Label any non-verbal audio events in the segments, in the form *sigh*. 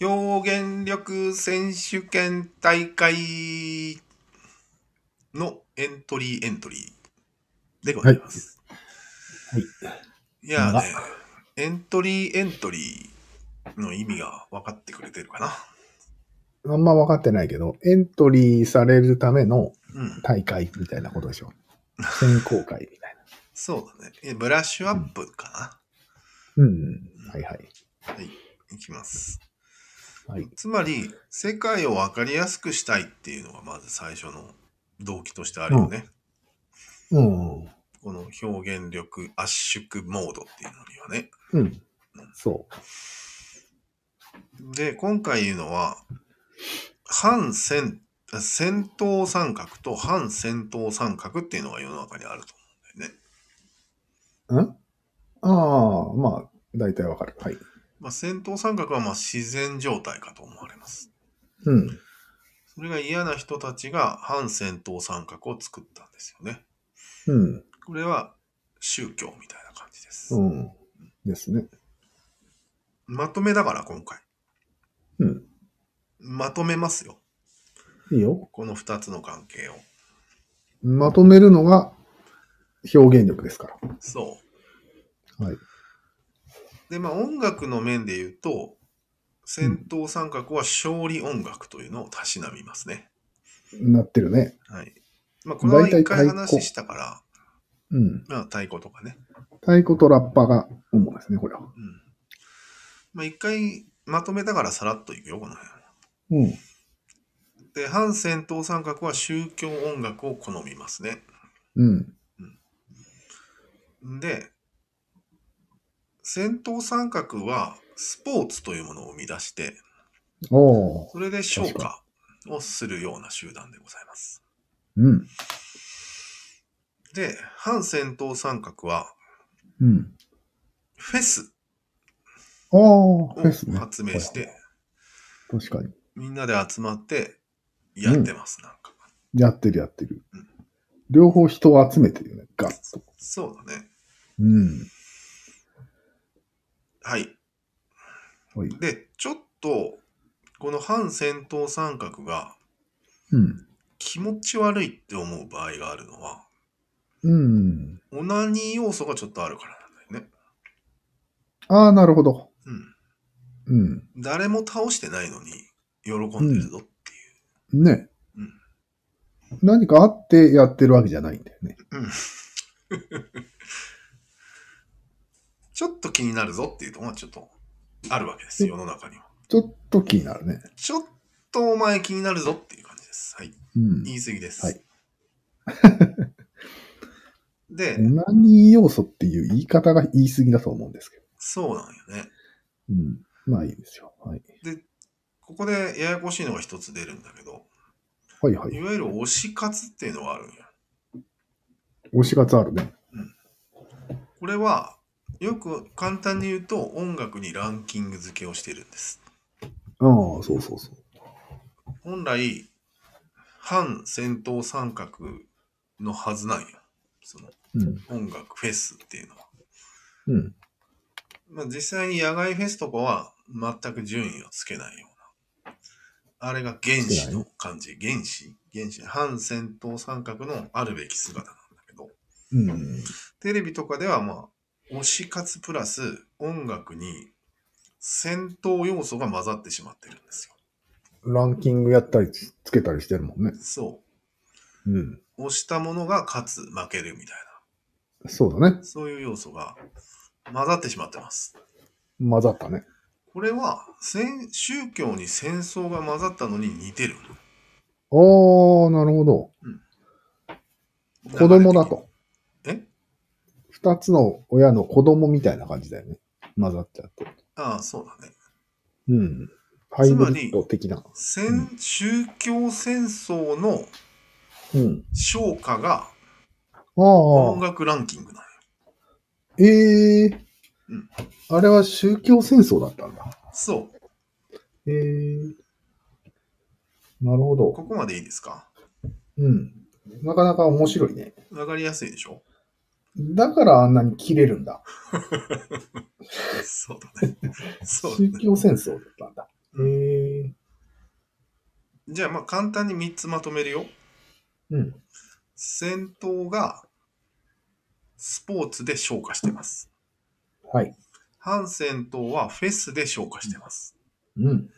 表現力選手権大会のエントリーエントリーでございます。はい。いやーね長、エントリーエントリーの意味が分かってくれてるかな。あんま分かってないけど、エントリーされるためのうん。大会みたいなことで *laughs* しょ。選考会みたいそうだねえ。ブラッシュアップかな。うん。はいはい。な。はい。いきます。はい。つまり、世界を分かりやすくしたいっていうのがまず最初の動機としてあるよね。うん。この表現力圧縮モードっていうのにはね。うん。そう。で、今回言うのは、反戦、あ戦闘三角と反戦闘三角っていうのが世の中にあると思うんだよね。んああ、まあ、大体わかる。はい。まあ、戦闘三角はまあ自然状態かと思われます。うん。それが嫌な人たちが反戦闘三角を作ったんですよね。うん。これは宗教みたいな感じです。うん。ですね。まとめだから今回。うん。まとめますよ。いいよ。この2つの関係を。まとめるのが表現力ですかそう。ら。はい。で、まあ音楽の面で言うと、戦闘三角は勝利音楽というのをたしなみますね。なってるね。はい。まあこれは一大体回太鼓話したから、うん。まあ太鼓とかね。太鼓とラッパが主ですね、これは。うん。まあ一回まとめたからさらっといくよ、この辺。うん。で、反戦闘三角は宗教音楽を好みますね。うん。で、戦闘三角はスポーツというものを生み出して、おー。それで消化をするような集団でございます。うん。で、反戦闘三角は、うん。フェスああ、ですをね。発明して、確かに。みんなで集まってやってます、なんか。やってるやってるうん。両方人を集めてるよね。ガッと。そうだね。うん。はい。はい。で、ちょっと、この反戦闘三角がうん。気持ち悪いって思う場合があるのは、うん。オナニー要素がちょっとあるからなんだよね。ああ、なるほど。ううん。ん。誰も倒してないのに喜んでるぞっていう。ね。うん何かあってやってるわけじゃないんだよね。ちょっと気になるぞっていうのがちょっとあるわけです、世の中には。ちょっと気になるね。ちょっとお前気になるぞっていう感じです。はい。うん。言い過ぎです。はい *laughs* で、オナニー要素っていう言い方が言い過ぎだと思うんですけど。そうなんよね。うん。まあいいですよ。はい。ここでややこしいのが一つ出るんだけど、はいはいい。わゆる推し活っていうのがあるんよ。推し活あるね。これは、よく簡単に言うと音楽にランキング付けをしてるんです。ああ、そうそうそう。本来、反戦闘三角のはずなんよ。そのうん。音楽フェスっていうのは。うん。まあ、実際に野外フェスとかは全く順位をつけないような。あれが原子の感じ。原子原子。反戦闘三角のあるべき姿なんだけど、うん。テレビとかではまあ、推し活プラス音楽に戦闘要素が混ざってしまってるんですよ。ランキングやったりつけたりしてるもんね。そうん。う。押したものが勝つ、負けるみたいそうだねな。。そういう要素が混ざってしまってます。混ざったね。これは、戦宗教に戦争が混ざったのに似てる。ああ、なるほど。子供だと。え二つの親の子供みたいな感じだよね。混ざっちゃって。ああ、そうだね。うん。ハイブリッド的な。戦宗教戦争のうん。昇華が音ああ。楽ランキングなんよ。ええうんあれは宗教戦争だったんだ。そう。ええなるほど。ここまでいいですかうん。なかなか面白いね。わかりやすいでしょだからあんなに切れるんだ。そうだね。そうだ宗 *laughs* ね。教戦争だったんだ。へえ。じゃあ、まあ、簡単に3つまとめるよ。うん。戦闘がスポーツで昇華してます。はい。反戦闘はフェスで昇華してます。うん。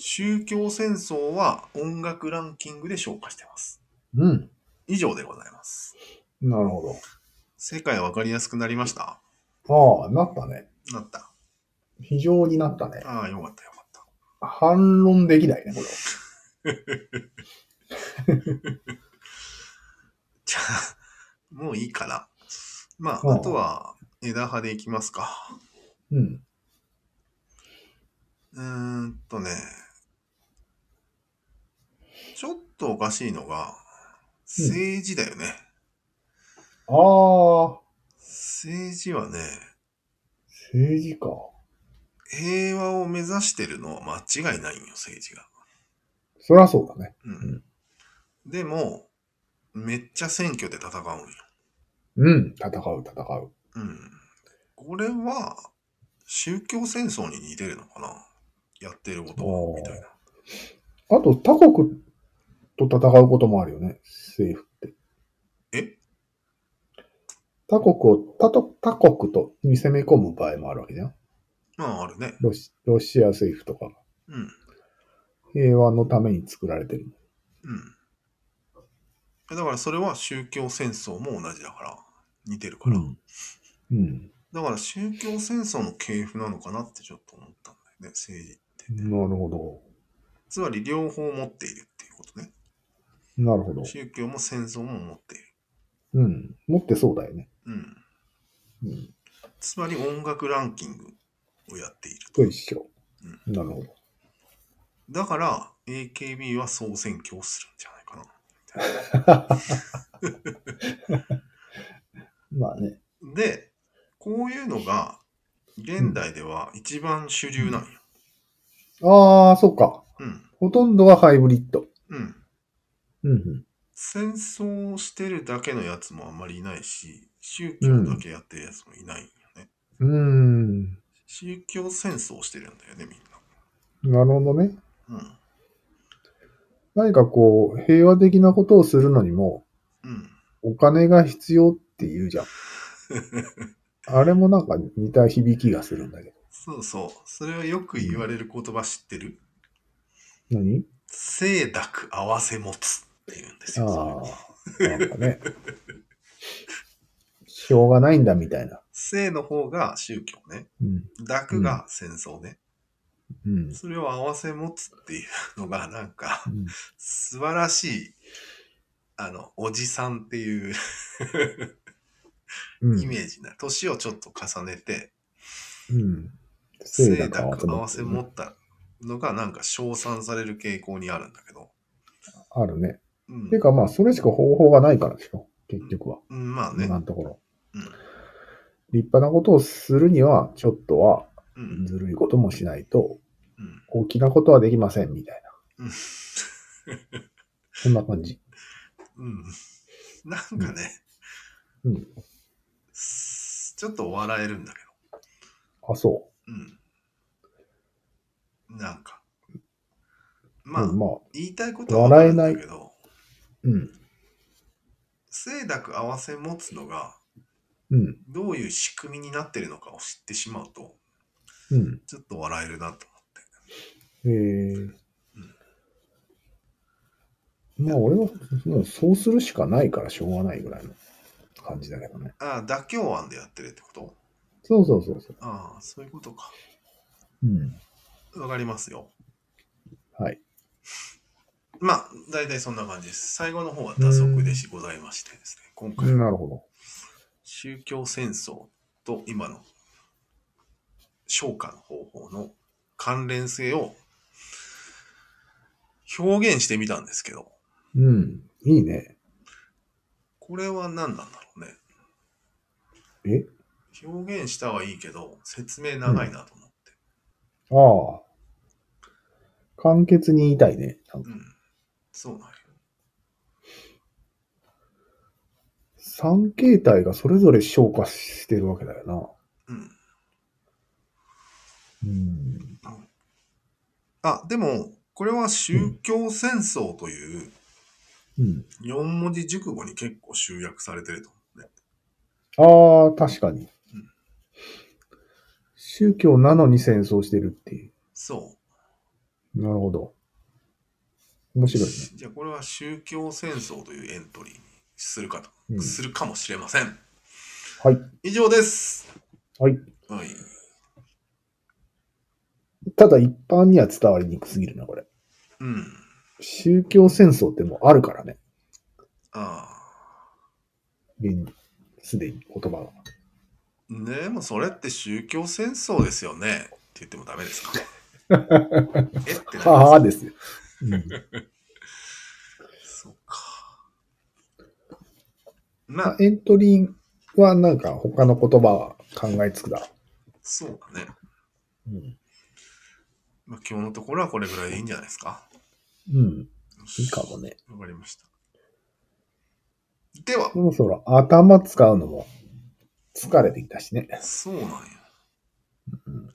宗教戦争は音楽ランキングで昇華してます。うん。以上でございます。なるほ世界わかりやすくなりましたど。ああ、なったね。なった。非常になったね。ああ、よかったよかった。反論できないね、これは。じゃあ、もういいかな。まうんあ、あとは枝葉でいきますか。うん。うーんとね、ちょっとおかしいのが、うん政治だよね。ああ、政治はね、政治か。平和を目指してるのは間違いないんよ、政治が。そりゃそうだね。うん。でも、めっちゃ選挙で戦うんよ。うん。戦う、戦う。うん。これは、宗教戦争に似てるのかなやってることはおーみたいな。あと、他国と戦うこともあるよね、政府って。え他国を、他と他国とに攻め込む場合もあるわけじゃん。まあ、あるね。ロシロシア政府とかがうん。平和のために作られてる。うん。だからそれは宗教戦争も同じだから、似てるから。うん。だから宗教戦争の系譜なのかなってちょっと思ったんだよね、政治って。なるほど。つまり両方持っているっていうことね。なるほど。宗教も戦争も持っている。うん。持ってそうだよね。うん。うん。つまり音楽ランキングをやっているとと。一緒。なるほど。だから AKB は総選挙をするんじゃないかな。まあね。で、こういうのが現代では一番主流なんよ。ああ、そうか。うん。ほとんどはハイブリッド。うん。うん、うん。戦争をしてるだけのやつもあんまりいないし、宗教だけやってるやつもいないよね。うーん。宗教戦争をしてるんだよね、みんなるほどね。な。何かこう、平和的なことをするのにも、うん。うん。お金が必要って *laughs* 言うじゃん。あれもなんか似た響きがするんだけど。そうそう。それはよく言われる言葉知ってる何清濁合わせ持つって言うんですあよ。それあ、なんかね。しょうがないんだみたいな。清の方が宗教ね。うん。濁が戦争ね。うん。それを合わせ持つっていうのがなんかうん素晴らしい、あの、おじさんっていううイん。メージな。年をちょっと重ねて、うん。清だか濁合わせ持もったのがなんか称賛される傾向にあるんだけど。あるね。うんて。かまあ、それしか方法がないからでしょ。結局は。うんまあね。今のところ。うん立派なことをするには、ちょっとはうん。ずるいこともしないと、うん大きなことはできませんみたいな。うんそんな感じ。うん。なんかね、うん。すちょっと笑えるんだけあ、そど。うん。なんか。う。まあ、うん、まあ、言いたいことは分かるんだけど、うん。清濁合わせ持つのが、うん。どういう仕組みになってるのかを知ってしまうと、うん。ちょっと笑えるなと思って。えー。まあ、俺は、もうそうするしかないからしょうがないぐらいの感じだけどね。ああ、妥協案でやってるってことそうそうそうそう。ああ、そういうことか。うん。わかりますよ。はい。まあ、大体そんな感じです。最後の方は打足でしございましてですね、今回はなるほ宗教戦争と今の昇華の方法の関連性を表現してみたんですけど、ど。うん。いいね。これは何なんだろうね。え表現したはいいけど、説明長いなと思って。ああ。簡潔に言いたいね。なんうかん。そうなんよ。三形態がそれぞれ消化してるわけだよな。うん。うん。あ、でも、これは宗教戦争といううん。 4文字熟語に結構集約されてると思うね。ああ、確かに。宗教なのに戦争してるっていう。そう。なるほど。面白いね。じゃあこれは宗教戦争というエントリーにするかと、うんするかもしれません。はい。以上です。はい。はい。ただ一般には伝わりにくすぎるな、これ。うん。宗教戦争ってもうあるからね。あ現に。すでに言葉が。あ。でもそれって宗教戦争ですよねって言ってもダメ *laughs* ですかえってなりますはあですよ。うんそうか。まあ、エントリーはなんか他の言葉は考えつくだろそうだね。う。うん。まあ今日のところはこれぐらいでいいんじゃないですか。うん。いいかもね。わかりました。ではそ、ろそろ頭使うのも疲れてきたしね。そうなんや。うん